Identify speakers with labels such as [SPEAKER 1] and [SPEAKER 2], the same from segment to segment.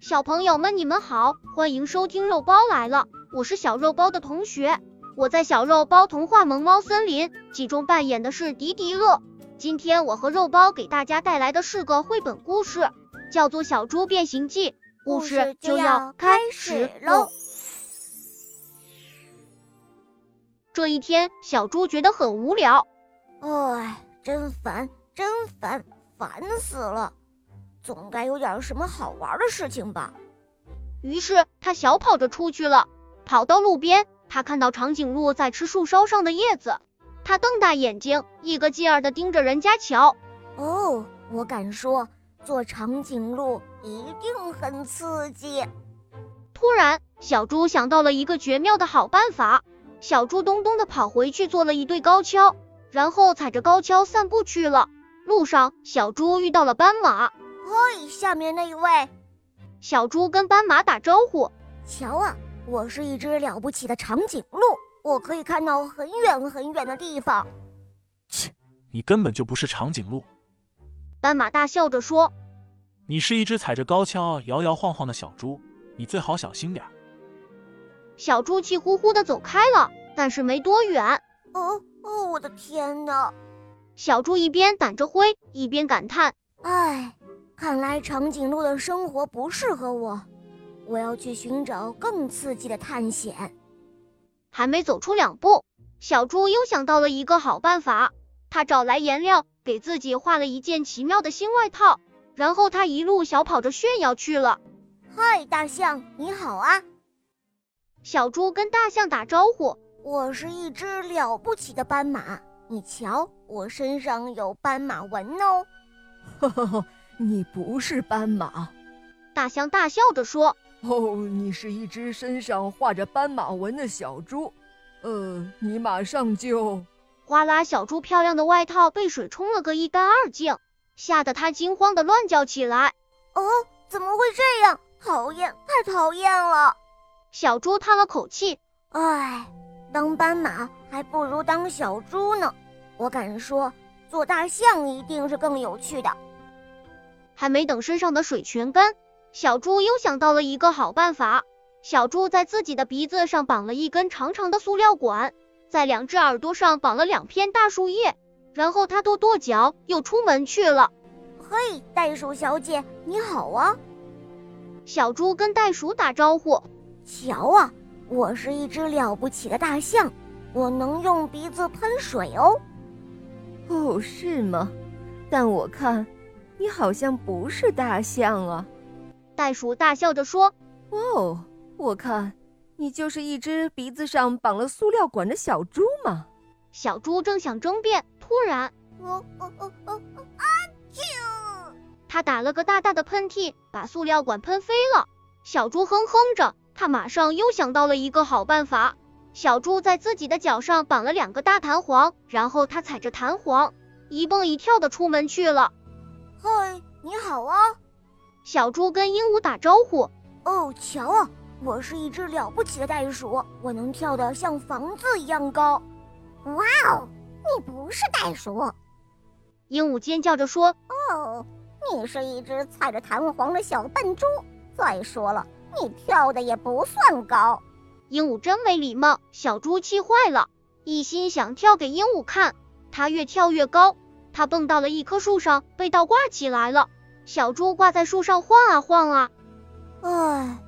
[SPEAKER 1] 小朋友们，你们好，欢迎收听肉包来了，我是小肉包的同学。我在小肉包童话《萌猫森林》季中扮演的是迪迪乐。今天我和肉包给大家带来的是个绘本故事，叫做《小猪变形记》。故事就要开始喽。这一天，小猪觉得很无聊。
[SPEAKER 2] 哎，真烦，真烦，烦死了！总该有点什么好玩的事情吧？
[SPEAKER 1] 于是他小跑着出去了，跑到路边，他看到长颈鹿在吃树梢上的叶子，他瞪大眼睛，一个劲儿的盯着人家瞧。
[SPEAKER 2] 哦，我敢说，做长颈鹿一定很刺激。
[SPEAKER 1] 突然，小猪想到了一个绝妙的好办法，小猪咚咚的跑回去做了一对高跷，然后踩着高跷散步去了。路上，小猪遇到了斑马，
[SPEAKER 2] 嘿，哎下面那一位，
[SPEAKER 1] 小猪跟斑马打招呼。
[SPEAKER 2] 瞧啊，我是一只了不起的长颈鹿，我可以看到很远很远的地方。
[SPEAKER 3] 你根本就不是长颈鹿，
[SPEAKER 1] 斑马大笑着说
[SPEAKER 3] 你是一只踩着高跷摇摇晃晃的小猪，你最好小心点儿。：“
[SPEAKER 1] 小猪气呼呼的走开了。”但是没多远，
[SPEAKER 2] 哦哦，我的天哪！
[SPEAKER 1] 小猪一边掸着灰，一边感叹。
[SPEAKER 2] 唉，哎看来长颈鹿的生活不适合我，我要去寻找更刺激的探险。
[SPEAKER 1] 还没走出两步，小猪又想到了一个好办法。他找来颜料，给自己画了一件奇妙的新外套，然后他一路小跑着炫耀去了。
[SPEAKER 2] 嗨，大象，你好啊！
[SPEAKER 1] 小猪跟大象打招呼，
[SPEAKER 2] 我是一只了不起的斑马，你瞧，我身上有斑马纹哦。
[SPEAKER 4] 呵呵呵，哦你不是斑马
[SPEAKER 1] 大象大笑着说
[SPEAKER 4] 哦，你是一只身上画着斑马纹的小猪。呃，你马上就……：“
[SPEAKER 1] 哗啦！”小猪漂亮的外套被水冲了个一干二净，吓得它惊慌的乱叫起来。
[SPEAKER 2] 哦，怎么会这样？讨厌，太讨厌了！
[SPEAKER 1] 小猪叹了口气，
[SPEAKER 2] 唉，当斑马还不如当小猪呢。我敢说，做大象一定是更有趣的。
[SPEAKER 1] 还没等身上的水全干，小猪又想到了一个好办法。小猪在自己的鼻子上绑了一根长长的塑料管，在两只耳朵上绑了两片大树叶，然后它跺跺脚，又出门去了。
[SPEAKER 2] 嘿，袋鼠小姐，你好啊！
[SPEAKER 1] 小猪跟袋鼠打招呼，
[SPEAKER 2] 瞧啊，我是一只了不起的大象，我能用鼻子喷水哦。
[SPEAKER 5] 哦，是吗？但我看你好像不是大象啊。
[SPEAKER 1] 袋鼠大笑着说
[SPEAKER 5] 哦，我看你就是一只鼻子上绑了塑料管的小猪嘛。：“
[SPEAKER 1] 小猪正想争辩，突然
[SPEAKER 2] 哦哦哦哦哦啊！啾！
[SPEAKER 1] 它打了个大大的喷嚏，把塑料管喷飞了。”小猪哼哼着，它马上又想到了一个好办法。小猪在自己的脚上绑了两个大弹簧，然后它踩着弹簧一蹦一跳的出门去了。
[SPEAKER 2] 嘿，你好啊！
[SPEAKER 1] 小猪跟鹦鹉打招呼，
[SPEAKER 2] 哦，瞧啊，我是一只了不起的袋鼠，我能跳得像房子一样高。哇哦，你不是袋鼠
[SPEAKER 1] 鹦鹉尖叫着说
[SPEAKER 2] 哦，你是一只踩着弹簧的小笨猪。再说了，你跳的也不算高。：“
[SPEAKER 1] 鹦鹉真没礼貌。”小猪气坏了，一心想跳给鹦鹉看。它越跳越高，它蹦到了一棵树上，被倒挂起来了。小猪挂在树上晃啊晃啊，
[SPEAKER 2] 唉，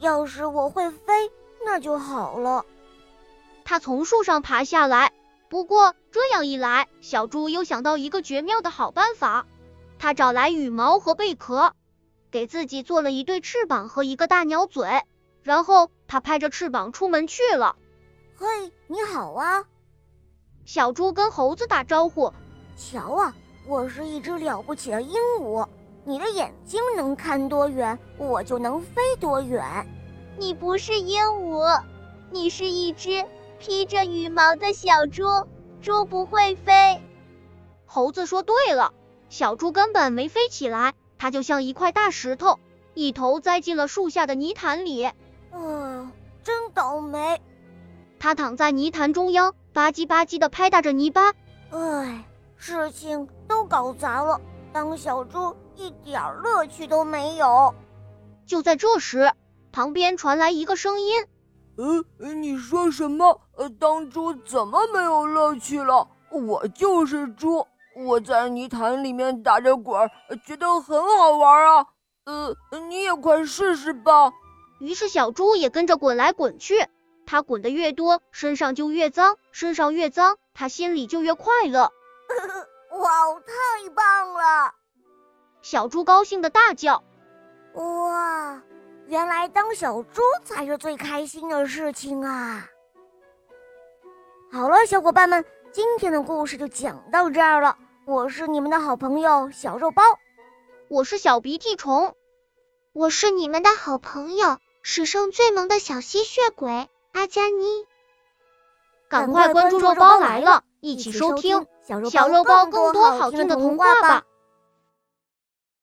[SPEAKER 2] 要是我会飞，那就好了。
[SPEAKER 1] 他从树上爬下来。不过这样一来，小猪又想到一个绝妙的好办法。他找来羽毛和贝壳，给自己做了一对翅膀和一个大鸟嘴，然后他拍着翅膀出门去了。
[SPEAKER 2] 嘿，你好啊！
[SPEAKER 1] 小猪跟猴子打招呼，
[SPEAKER 2] 瞧啊，我是一只了不起的鹦鹉，你的眼睛能看多远，我就能飞多远。
[SPEAKER 6] 你不是鹦鹉，你是一只披着羽毛的小猪。猪不会飞，
[SPEAKER 1] 猴子说对了，小猪根本没飞起来，它就像一块大石头，一头栽进了树下的泥潭里。
[SPEAKER 2] 嗯，真倒霉。
[SPEAKER 1] 它躺在泥潭中央，吧唧吧唧地拍打着泥巴，
[SPEAKER 2] 唉，呃事情都搞砸了，当小猪一点儿乐趣都没有。
[SPEAKER 1] 就在这时，旁边传来一个声音
[SPEAKER 4] 呃，你说什么？呃，当猪怎么没有乐趣了？我就是猪，我在泥潭里面打着滚儿，呃觉得很好玩啊。呃，你也快试试吧。：“
[SPEAKER 1] 于是小猪也跟着滚来滚去。它滚得越多，身上就越脏，身上越脏，它心里就越快乐。”
[SPEAKER 2] 哇，太棒了！
[SPEAKER 1] 小猪高兴的大叫。
[SPEAKER 2] 哇，原来当小猪才是最开心的事情啊！好了，小伙伴们，今天的故事就讲到这儿了。我是你们的好朋友小肉包，
[SPEAKER 1] 我是小鼻涕虫，
[SPEAKER 6] 我是你们的好朋友，史上最萌的小吸血鬼阿加妮。
[SPEAKER 1] 赶快关注肉包来了，一起收听
[SPEAKER 2] 小肉
[SPEAKER 1] 小肉包更多好听的童话吧。